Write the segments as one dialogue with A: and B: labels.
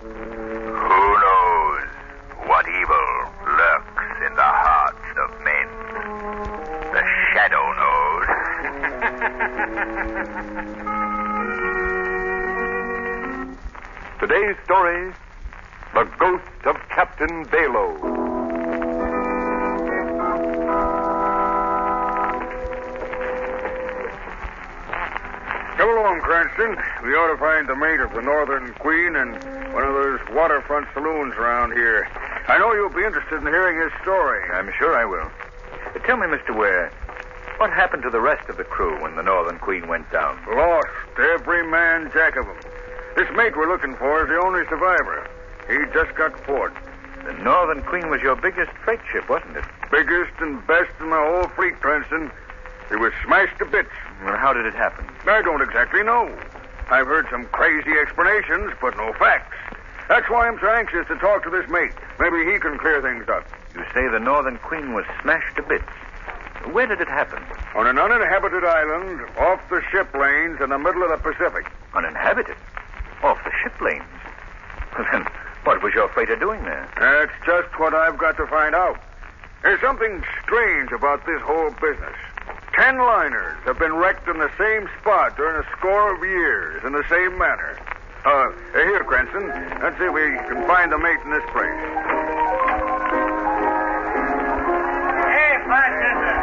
A: Who knows what evil lurks in the hearts of men? The shadow knows.
B: Today's story The Ghost of Captain Balow. Come along, Cranston. We ought to find the mate of the Northern Queen and one of those waterfront saloons around here. I know you'll be interested in hearing his story.
A: I'm sure I will. But Tell me, Mr. Ware, what happened to the rest of the crew when the Northern Queen went down?
B: Lost, every man, jack of 'em. This mate we're looking for is the only survivor. He just got port.
A: The Northern Queen was your biggest freight ship, wasn't it?
B: Biggest and best in the whole fleet, Cranston. It was smashed to bits.
A: Well, how did it happen?
B: I don't exactly know. I've heard some crazy explanations, but no facts. That's why I'm so anxious to talk to this mate. Maybe he can clear things up.
A: You say the Northern Queen was smashed to bits. Where did it happen?
B: On an uninhabited island off the ship lanes in the middle of the Pacific.
A: Uninhabited. Off the ship lanes. Well, then, what was your freighter doing there?
B: That's just what I've got to find out. There's something strange about this whole business. Ten liners have been wrecked in the same spot during a score of years in the same manner. Uh, here, Cranston. Let's see if we can find the mate in this place.
C: Hey, bartender.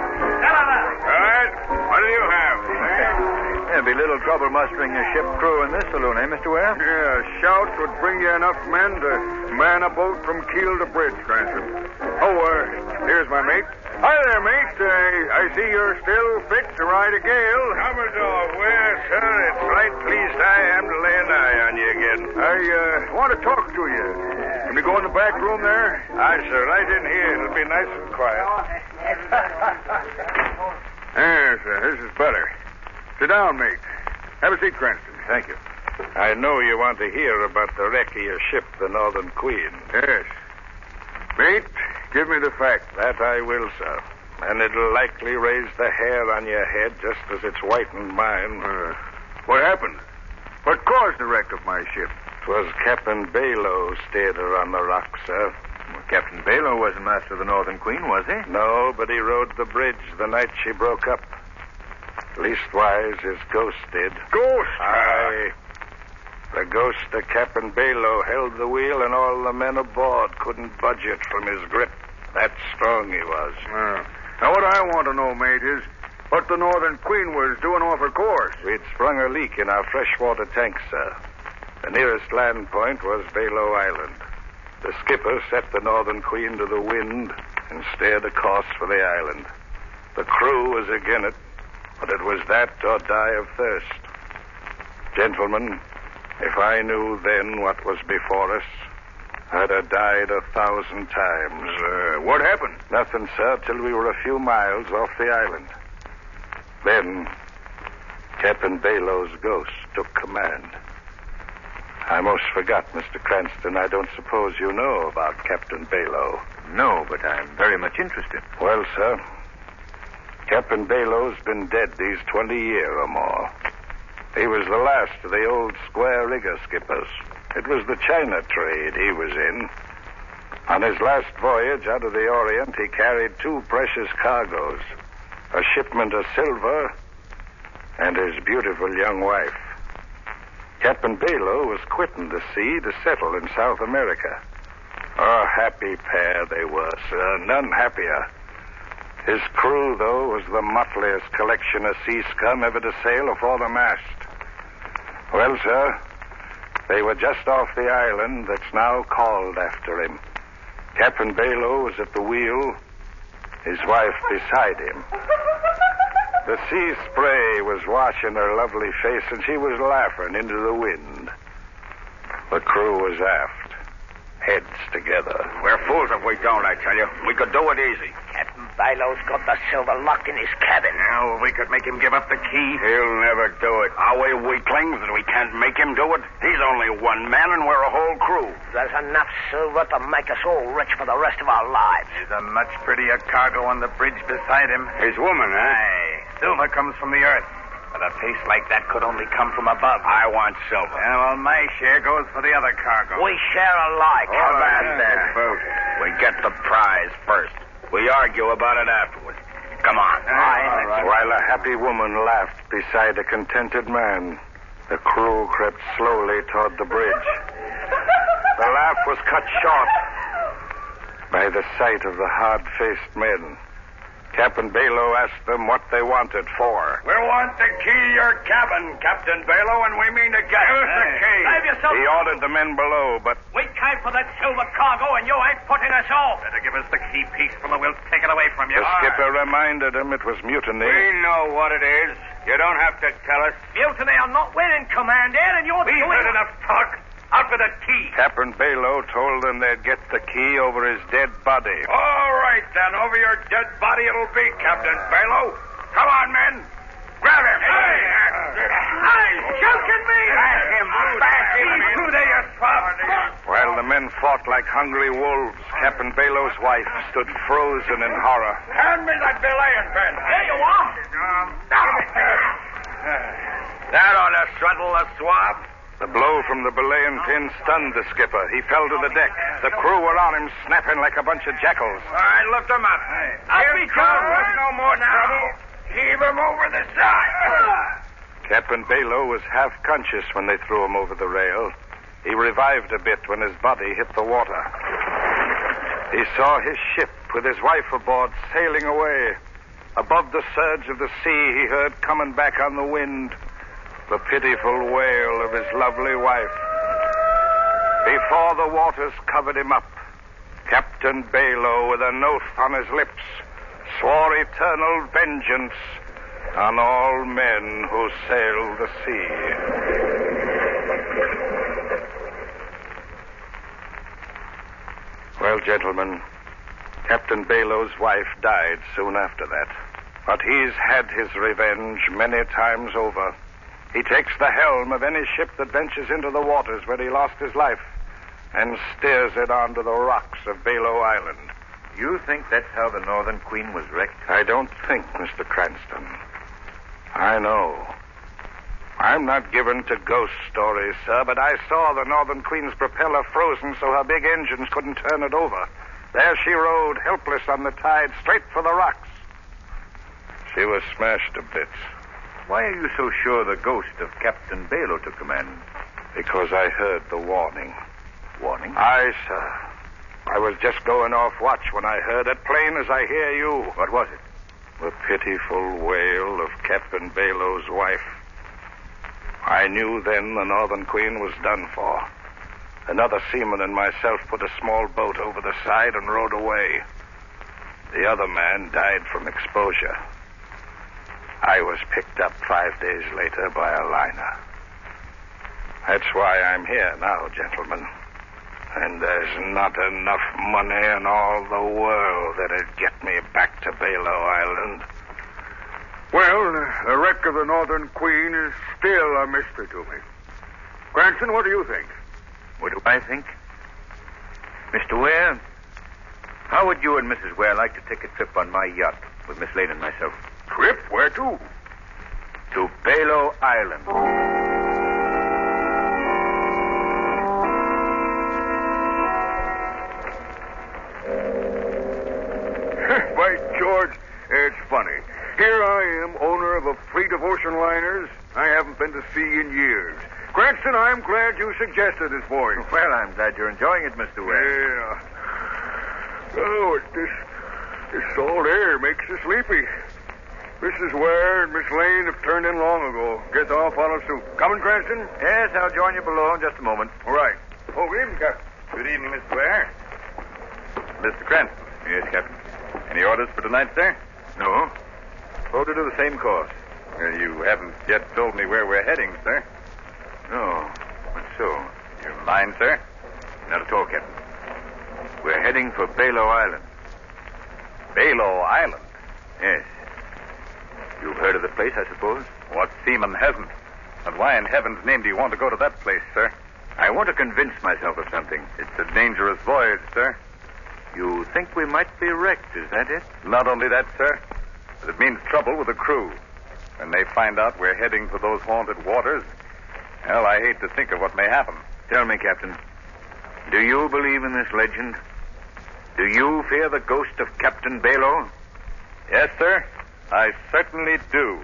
C: Gulliver.
B: All right. What do you have?
A: There'd be little trouble mustering your ship crew in this saloon, eh, Mr. Ware?
B: yeah, shouts would bring you enough men to man a boat from keel to bridge, Cranston. Oh, uh, here's my mate. Hi there, mate. Uh, I see you're still fit to ride a gale. Commodore, well, sir, it's right pleased I am to lay an eye on you again. I uh, want to talk to you. Can we go in the back room there? Aye, sir, right in here. It'll be nice and quiet. Yes, uh, this is better. Sit down, mate. Have a seat, Cranston. Thank you.
D: I know you want to hear about the wreck of your ship, the Northern Queen.
B: Yes. Mate, give me the facts.
D: That I will, sir. And it'll likely raise the hair on your head just as it's whitened mine.
B: Uh, what happened? What caused the wreck of my ship?
D: Twas Captain Balow steered her on the rock, sir.
A: Captain Balow wasn't master of the Northern Queen, was he?
D: No, but he rode the bridge the night she broke up. Leastwise, his ghost did.
B: Ghost.
D: Aye. The ghost of Captain Balow held the wheel, and all the men aboard couldn't budge it from his grip. That strong he was.
B: Uh, now, what I want to know, mate, is what the Northern Queen was doing off her course.
D: We'd sprung a leak in our freshwater tank, sir. The nearest land point was Balow Island. The skipper set the Northern Queen to the wind and steered a course for the island. The crew was again it, but it was that or die of thirst. Gentlemen, if I knew then what was before us, I'd have died a thousand times.
B: Uh, what happened?
D: Nothing, sir, till we were a few miles off the island. Then, Captain Balow's ghost took command. I most forgot, Mr. Cranston. I don't suppose you know about Captain Balow.
A: No, but I'm very much interested.
D: Well, sir, Captain Balow's been dead these 20 year or more. He was the last of the old square rigger skippers. It was the China trade he was in. On his last voyage out of the Orient, he carried two precious cargoes a shipment of silver and his beautiful young wife. Captain Balow was quitting the sea to settle in South America. A happy pair they were, sir, none happier. His crew, though, was the motliest collection of sea scum ever to sail afore the mast. Well, sir, they were just off the island that's now called after him. Captain Balow was at the wheel, his wife beside him. The sea spray was washing her lovely face, and she was laughing into the wind. The crew was aft, heads together.
B: We're fools if we don't, I tell you. We could do it easy.
C: Captain Bilo's got the silver locked in his cabin.
B: Now, we could make him give up the key. He'll never do it. Our way we claims that we can't make him do it. He's only one man, and we're a whole crew.
C: There's enough silver to make us all rich for the rest of our lives.
E: There's a much prettier cargo on the bridge beside him.
B: His woman, eh?
E: Aye. Silver comes from the earth. But a face like that could only come from above.
B: I want silver.
E: Yeah, well, my share goes for the other cargo.
C: We share alike.
B: All right, then.
D: We get the prize first. We argue about it afterwards. Come on.
C: Aye. All right.
D: While a happy woman laughed beside a contented man, the crew crept slowly toward the bridge. The laugh was cut short by the sight of the hard faced men. Captain Balow asked them what they wanted for.
B: We want to key your cabin, Captain Balow, and we mean to get Give us the key.
C: Save yourself.
D: He ordered the men below, but
C: We came for that silver cargo, and you ain't putting us off.
E: Better give us the key peaceful or we'll take it away from you.
D: the skipper reminded him it was mutiny.
B: We know what it is. You don't have to tell us.
C: Mutiny or not, we're in command here, and you're
E: We've
C: doing
E: heard enough talk. Out with the key.
D: Captain Balow told them they'd get the key over his dead body.
C: Oh,
B: All right, then. Over your dead body it'll be, Captain Balow. Come on, men. Grab him. Hey!
C: Hey, joking me?
B: Back him. Back him.
C: He's
B: Through there, you swab.
D: While the men fought like hungry wolves, Captain Balow's wife stood frozen in horror.
B: Hand me that belaying pin.
C: There you are.
B: Um, That ought to settle the swab.
D: The blow from the belaying pin stunned the skipper. He fell to the deck. The crew were on him, snapping like a bunch of jackals.
B: All right, lift him up.
C: Up
B: Here
C: he
B: comes.
C: comes.
B: No more trouble. Heave him over the side.
D: Captain Balow was half conscious when they threw him over the rail. He revived a bit when his body hit the water. He saw his ship with his wife aboard sailing away. Above the surge of the sea, he heard coming back on the wind the pitiful wail of his lovely wife. Before the waters covered him up, Captain Balow, with an oath on his lips, swore eternal vengeance on all men who sail the sea. Well, gentlemen, Captain Balow's wife died soon after that. But he's had his revenge many times over. He takes the helm of any ship that ventures into the waters where he lost his life and steers it onto the rocks of Balow Island.
E: You think that's how the Northern Queen was wrecked?
D: I don't think, Mr. Cranston. I know. I'm not given to ghost stories, sir, but I saw the Northern Queen's propeller frozen so her big engines couldn't turn it over. There she rode, helpless on the tide, straight for the rocks. She was smashed to bits
E: Why are you so sure the ghost of Captain Balow took command?
D: because I heard the warning.
E: Warning?
D: Aye, sir. I was just going off watch when I heard it, plain as I hear you.
E: What was it?
D: The pitiful wail of Captain Balow's wife. I knew then the Northern Queen was done for. Another seaman and myself put a small boat over the side and rowed away. The other man died from exposure. I was picked up five days later by a liner. That's why I'm here now, gentlemen. And there's not enough money in all the world that'd get me back to Balow Island.
B: Well, the wreck of the Northern Queen is still a mystery to me. Cranston, what do you think?
E: What do I think? Mr. Ware, how would you and Mrs. Ware like to take a trip on my yacht with Miss Lane and myself?
B: Trip? Where to?
E: To Balow Island.
B: By George, it's funny. Here I am, owner of a fleet of ocean liners. I haven't been to sea in years. Cranston, I'm glad you suggested this voyage.
E: Well, I'm glad you're enjoying it, Mr. Ware.
B: Yeah. Oh, it- this this salt air makes you sleepy. Mrs. Ware and Miss Lane have turned in long ago. Get the hot follow suit. Coming, Cranston?
E: Yes, I'll join you below in just a moment.
B: All right. Oh, good evening, Captain.
E: Good evening, Mr. Ware. Mr. Cranston. Yes, Captain. Any orders for tonight, sir? No. Oh, to do the same course.
D: Oh,
E: you haven't yet told me where we're heading, sir. No. But so? You
D: Mine, sir? Not at all, Captain. We're heading for Balo Island.
F: Balo Island?
D: Yes. You've heard of the place, I suppose?
F: What seaman hasn't? And why in heaven's name do you want to go to that place, sir?
D: I want to convince myself of something.
F: It's a dangerous voyage, sir.
D: You think we might be wrecked, is that it?
F: Not only that, sir, but it means trouble with the crew. When they find out we're heading for those haunted waters, well, I hate to think of what may happen.
D: Tell me, Captain, do you believe in this legend? Do you fear the ghost of Captain Balo?
F: Yes, sir. I certainly do.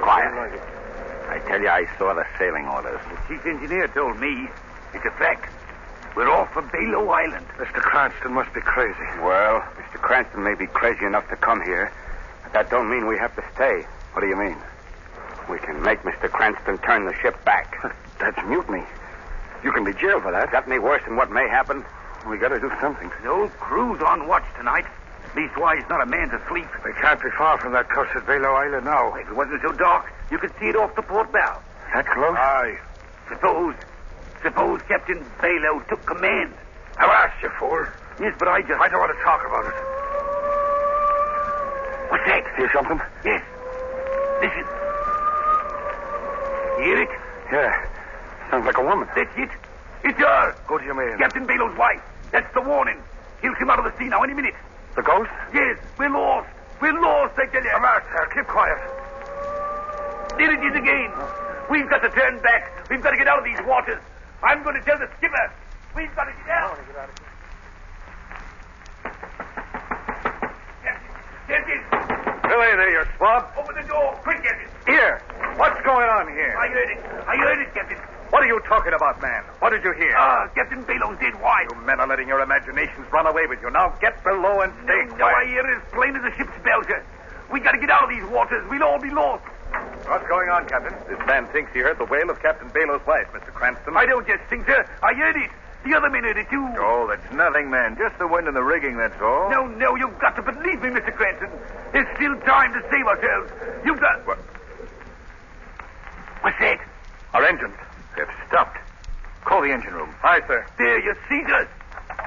G: Quiet. I tell you, I saw the sailing orders.
D: The chief engineer told me. It's a fact. We're off for Balo Island.
B: Mr. Cranston must be crazy.
G: Well, Mr. Cranston may be crazy enough to come here, but that don't mean we have to stay.
B: What do you mean?
G: We can make Mr. Cranston turn the ship back.
B: That's mutiny. You can be jailed for that.
G: That may worse than what may happen.
B: We gotta do something.
G: The old crew's on watch tonight. Leastwise, not a man's asleep.
B: They can't be far from that coast at Velo Island now.
G: If it wasn't so dark, you could see it off the port bow.
B: That close?
G: Aye. Suppose, suppose Captain Balo took command.
B: I've asked you for.
G: Yes, but I just.
B: I don't want to talk about it.
G: What's that?
B: Hear something?
G: Yes. Listen. Hear it?
B: Yeah. Sounds like a woman.
G: That's it. It's her.
B: Go to your man.
G: Captain Balo's wife. That's the warning. He'll come out of the sea now any minute.
B: The ghost?
G: Yes, we're lost. We're lost, I tell you.
B: Come out, sir. Keep quiet.
G: There it is again. We've got to turn back. We've got to get out of these waters. I'm going to tell the skipper. We've got to get out. Captain, Captain,
B: Billy, there, you swab.
G: open the door. Quick, Captain.
B: Here. What's going on here?
G: I heard it. I heard it, Captain.
B: What are you talking about, man? What did you hear?
G: Ah, Captain Balo's dead wife.
B: you men are letting your imaginations run away with you. Now get below and stay
G: no, no, I
B: quiet.
G: hear it as plain as a ship's belcher. We got to get out of these waters. We'll all be lost.
B: What's going on, Captain?
F: This man thinks he heard the wail of Captain Balo's wife, Mr. Cranston.
G: I don't just think, sir. I heard it. The other men heard it too.
D: Oh, that's nothing, man. Just the wind in the rigging, that's all.
G: No, no, you've got to believe me, Mr. Cranston. There's still time to save ourselves. You've got. What? What's that?
F: Our engines.
D: They've stopped. Call the engine room.
F: Aye, sir.
G: There, you see us.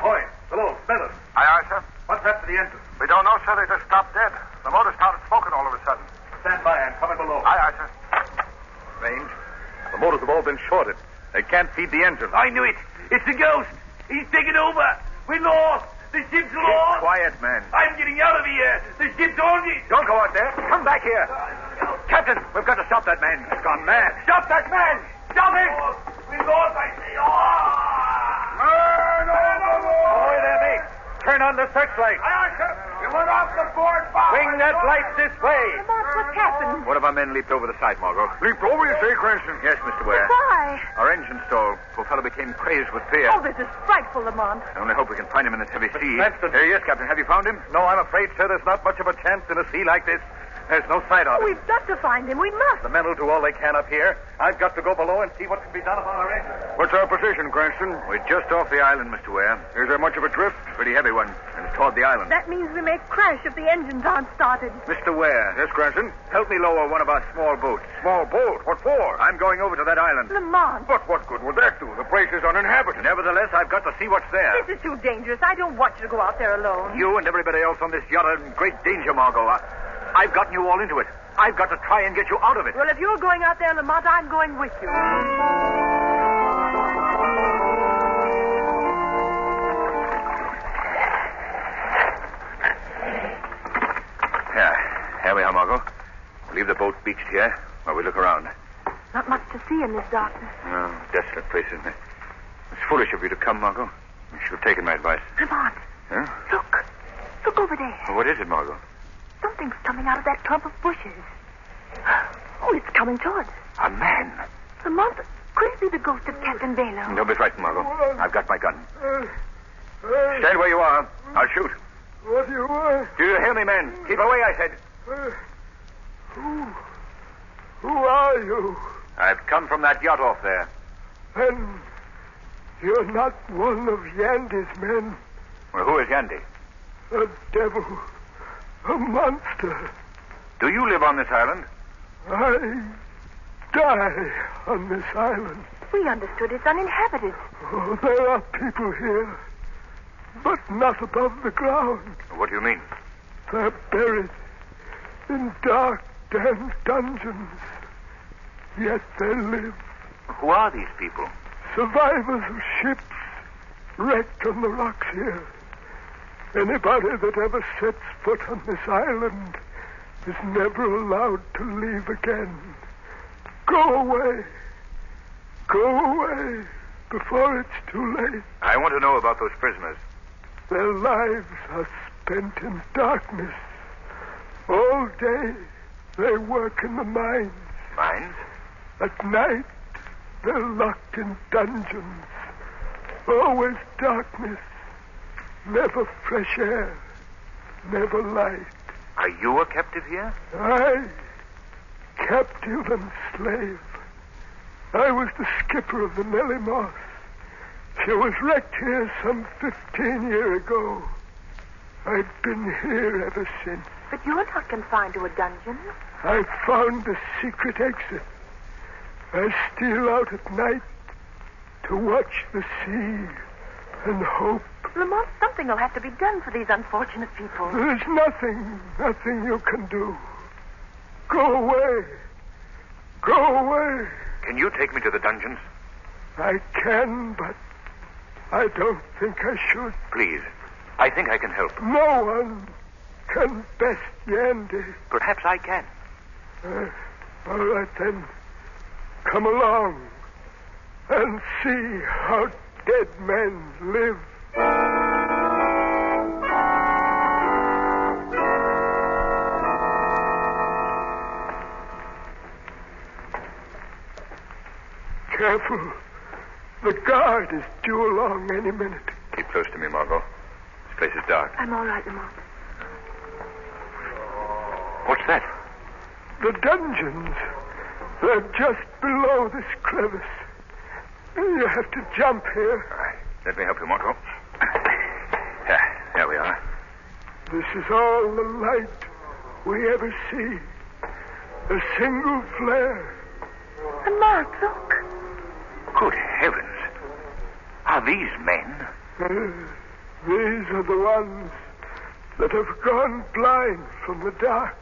B: Hoy, hello, Bennett.
H: Aye, aye, sir.
B: What's happened to the engine?
H: We don't know, sir. They just stopped dead. The motor started smoking all of a sudden.
B: Stand by. I'm coming below.
H: Aye, aye, sir.
F: Strange. The motors have all been shorted. They can't feed the engine.
G: I knew it. It's the ghost. He's taken over. We're lost. The ship's lost.
D: Quiet, man.
G: I'm getting out of here. The ship's on it.
B: Don't go out there. Come back here. Captain, we've got to stop that man. He's gone mad. Stop that man! Stop him!
G: We're lost, I say. Ah!
B: Ahoy there, mate. Turn on the searchlight.
G: You went off the board, Bob.
B: Swing that light this way.
E: What's happened?
D: One of our men leaped over the side, Margot.
I: Leaped over, you say, Cranston?
D: Yes, Mr. Ware.
E: Why?
D: Our engine stalled. Poor fellow became crazed with fear.
E: Oh, this is frightful, Lamont.
D: I only hope we can find him in this heavy sea.
F: Cranston-
D: There he is, Captain. Have you found him?
F: No, I'm afraid, sir, there's not much of a chance in a sea like this. There's no sight of it.
E: We've got to find him. We must.
F: The men will do all they can up here. I've got to go below and see what can be done about our engine.
I: What's our position, Cranston?
D: We're just off the island, Mr. Ware.
I: Is there much of a drift?
D: Pretty heavy one. And it's toward the island.
E: That means we may crash if the engines aren't started.
D: Mr. Ware.
I: Yes, Cranston.
D: Help me lower one of our small boats.
I: Small boat. What for?
D: I'm going over to that island.
E: Lamont,
I: But what good will that do? The place is uninhabited.
D: Nevertheless, I've got to see what's there.
E: this is too dangerous. I don't want you to go out there alone.
D: You and everybody else on this yacht are in great danger, Margot. I, I've gotten you all into it. I've got to try and get you out of it.
E: Well, if you're going out there, Lamont, I'm going with you.
D: Yeah, here we are, Margot. We'll leave the boat beached here while we look around.
E: Not much to see in this darkness.
D: Oh, desolate place, isn't it? It's foolish of you to come, Margot. You should have taken my advice.
E: Lamont,
D: Huh?
E: look. Look over there.
D: Well, What is it, Margot?
E: Something's coming out of that clump of bushes. Oh, it's coming toward us.
D: A man.
E: Lamont, could it be the ghost of Captain Balo?
D: Don't be frightened, Margot. I've got my gun. Stand where you are. I'll shoot.
I: What do you want?
D: Do you hear me, men? Keep away, I said.
I: Who? Who are you?
D: I've come from that yacht off there.
I: And you're not one of Yandy's men.
D: Well, who is is Yandy?
G: A devil. A monster.
D: Do you live on this island?
G: I die on this island.
J: We understood it's uninhabited.
G: Oh, there are people here, but not above the ground.
D: What do you mean?
G: They're buried in dark, damp dungeons. Yet they live.
D: Who are these people?
G: Survivors of ships wrecked on the rocks here. Anybody that ever sets foot on this island is never allowed to leave again. Go away. Go away before it's too late.
D: I want to know about those prisoners.
G: Their lives are spent in darkness. All day they work in the mines.
D: Mines?
G: At night they're locked in dungeons. Always darkness. Never fresh air. Never light.
D: Are you a captive here?
G: I, captive and slave. I was the skipper of the Nellie Moss. She was wrecked here some 15 year ago. I've been here ever since.
J: But you're not confined to a dungeon.
G: I found the secret exit. I steal out at night to watch the sea and hope.
J: Lamont, something will have to be done for these unfortunate people.
G: There's nothing, nothing you can do. Go away. Go away.
D: Can you take me to the dungeons?
G: I can, but I don't think I should.
D: Please. I think I can help.
G: No one can best Yandy.
D: Perhaps I can.
G: Uh, all right, then. Come along and see how dead men live. Careful. The guard is due along any minute.
D: Keep close to me, Margot. This place is dark.
J: I'm all right, Lamont.
D: What's that?
G: The dungeons. They're just below this crevice. You have to jump here.
D: All right. Let me help you, Marco. Yeah, there we are.
G: This is all the light we ever see. A single flare.
J: Lamont, look.
D: Good heavens. Are these men?
G: Uh, these are the ones that have gone blind from the dark.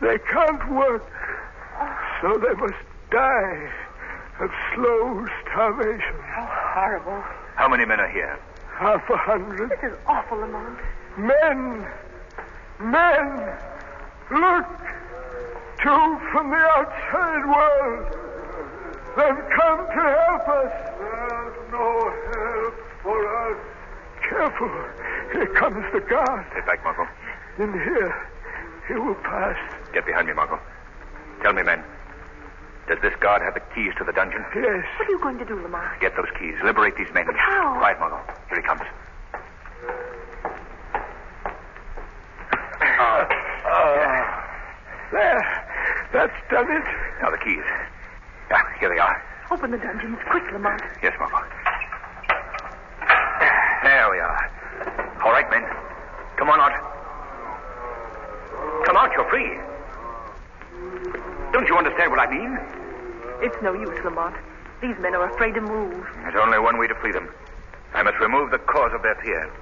G: They can't work, so they must die of slow starvation.
J: How horrible.
D: How many men are here?
G: Half a hundred.
J: This is awful, Lamont.
G: Men! Men! Look! Two from the outside world! They've come to help us!
B: There's no help for us.
G: Careful! Here comes the guard.
D: Stay back, Marco.
G: In here. He will pass.
D: Get behind me, Marco. Tell me, men. Does this guard have the keys to the dungeon?
G: Yes.
J: What are you going to do, Lamar?
D: Get those keys. Liberate these men.
J: But how?
D: Quiet, Margot. Here he comes.
G: Uh, uh, there. That's done it.
D: Now the keys. Yeah, here they are.
J: Open the dungeons. Quick, Lamont.
D: Yes, Margot. There we are. All right, men. Come on out. Come out, you're free. Don't you understand what I mean?
J: It's no use, Lamont. These men are afraid to move.
D: There's only one way to free them. I must remove the cause of their fear.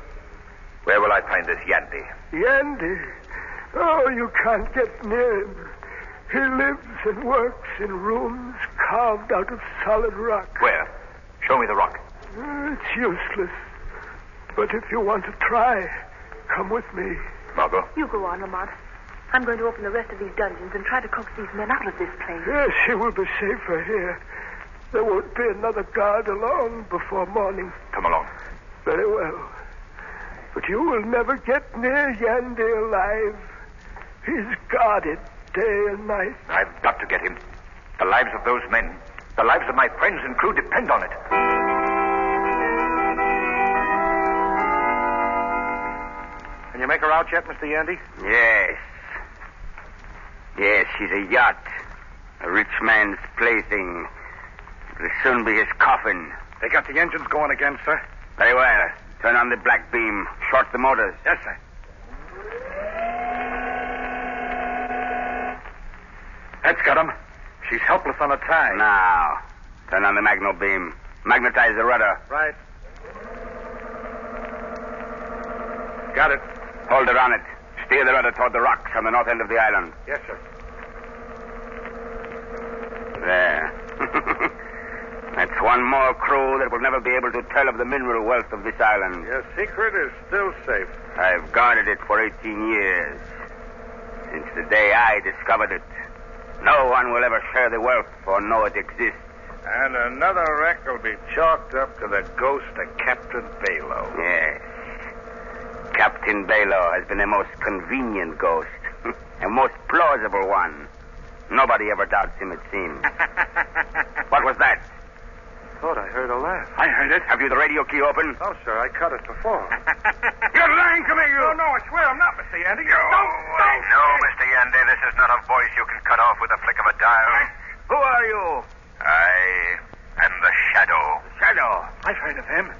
D: Where will I find this Yandy?
G: Yandy? Oh, you can't get near him. He lives and works in rooms carved out of solid rock.
D: Where? Show me the rock.
G: Uh, it's useless. But if you want to try, come with me.
D: Margot?
J: You go on, Lamont. I'm going to open the rest of these dungeons and try to coax these men out of this place.
G: Yes, she will be safer here. There won't be another guard along before morning.
D: Come along.
G: Very well. But you will never get near Yandy alive. He's guarded day and night.
D: I've got to get him. The lives of those men, the lives of my friends and crew depend on it. Can you make her out yet, Mr. Yandy?
K: Yes. Yes, she's a yacht. A rich man's plaything. It'll soon be his coffin.
L: They got the engines going again, sir.
K: Very well.
M: Turn on the black beam. Short the motors.
D: Yes, sir.
M: That's got him. She's helpless on a tie. Now, turn on the magno beam. Magnetize the rudder.
D: Right.
M: Got it. Hold her on it. Steer the rudder toward the rocks on the north end of the island.
D: Yes, sir.
M: There. That's one more crew that will never be able to tell of the mineral wealth of this island.
N: Your secret is still safe.
M: I've guarded it for 18 years. Since the day I discovered it. No one will ever share the wealth or know it exists.
O: And another wreck will be chalked up to the ghost of Captain Balow.
M: Yes. Captain Balow has been the most convenient ghost, the most plausible one. Nobody ever doubts him, it seems. what was that?
P: Thought I heard a laugh.
M: I heard it. Have you the radio key open?
P: No, sir. I cut it before.
B: Oh. You're lying to me, you.
P: No, no, I swear I'm not, Mr. Yandy. You don't,
B: don't.
G: No, Mr. Yandy, this is not a voice you can cut off with a flick of a dial.
B: Who are you?
G: I am the Shadow.
B: Shadow. Oh, I've heard of him.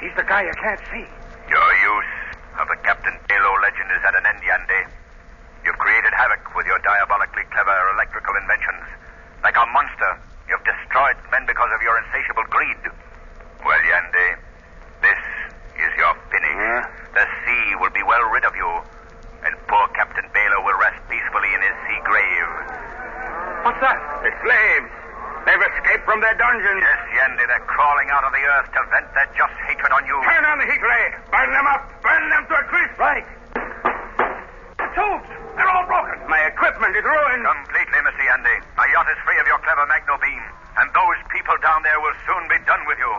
B: He's the guy you can't see.
G: Your use of the Captain Balo legend is at an end, Yandy. You've created havoc with your diabolically clever electrical inventions. Like a monster, you've destroyed men because of your insatiable greed. Well, Yandy, this is your finish. The sea will be well rid of you, and poor Captain Baylor will rest peacefully in his sea grave.
B: What's that?
M: The slaves! They've escaped from their dungeons.
G: Yes, Yandy, they're crawling out of the earth to vent their just hatred on you.
B: Turn on the heat ray. Burn them up. Burn them to a crisp.
M: Right.
B: The tubes. They're all broken.
M: My equipment is ruined.
G: Completely, Mr. Yandy. My yacht is free of your clever magno beam, and those people down there will soon be done with you.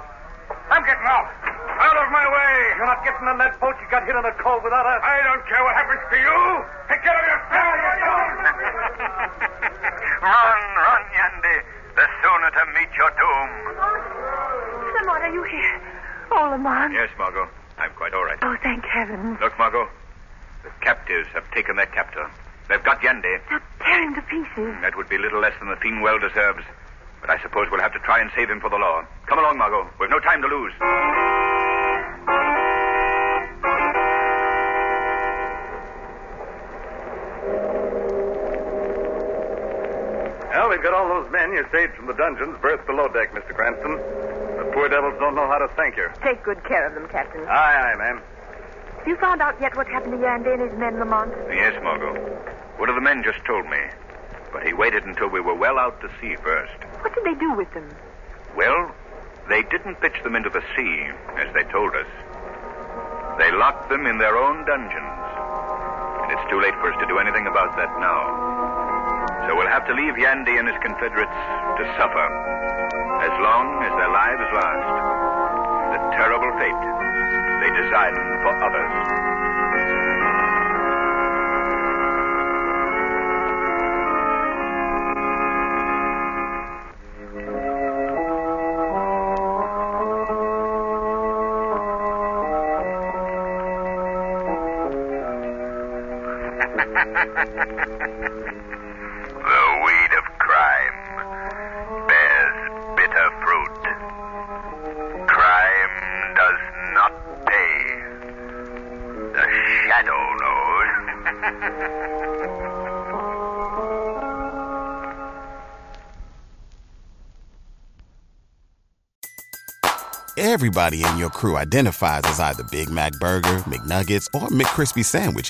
B: I'm getting out. Out of my way.
P: You're not getting on that boat. You got hit on a cold without us.
B: I don't care what happens to you. Take care of yourself.
G: Run, run, Yandy. The sooner to meet your doom.
J: Lamont, are you here? Oh, Lamont.
D: Yes, Margot. I'm quite all right.
J: Oh, thank heaven.
D: Look, Margot. The captives have taken their captor. They've got Yandy.
J: They're tearing to pieces.
D: That would be little less than the fiend well deserves. But I suppose we'll have to try and save him for the law. Come along, Margot. We've no time to lose.
Q: Well, we've got all those men you saved from the dungeons berthed below deck, Mr. Cranston. The poor devils don't know how to thank you.
J: Take good care of them, Captain.
Q: Aye, aye, ma'am.
J: Have you found out yet what happened to Yandy and his men, Lamont?
D: Yes, Margot. One of the men just told me. But he waited until we were well out to sea first.
J: What did they do with them?
D: Well, they didn't pitch them into the sea, as they told us. They locked them in their own dungeons. And it's too late for us to do anything about that now. So we'll have to leave Yandy and his confederates to suffer as long as their lives last. The terrible fate they design for others.
G: The weed of crime bears bitter fruit. Crime does not pay. The shadow knows.
R: Everybody in your crew identifies as either Big Mac Burger, McNuggets, or McCrispy Sandwich.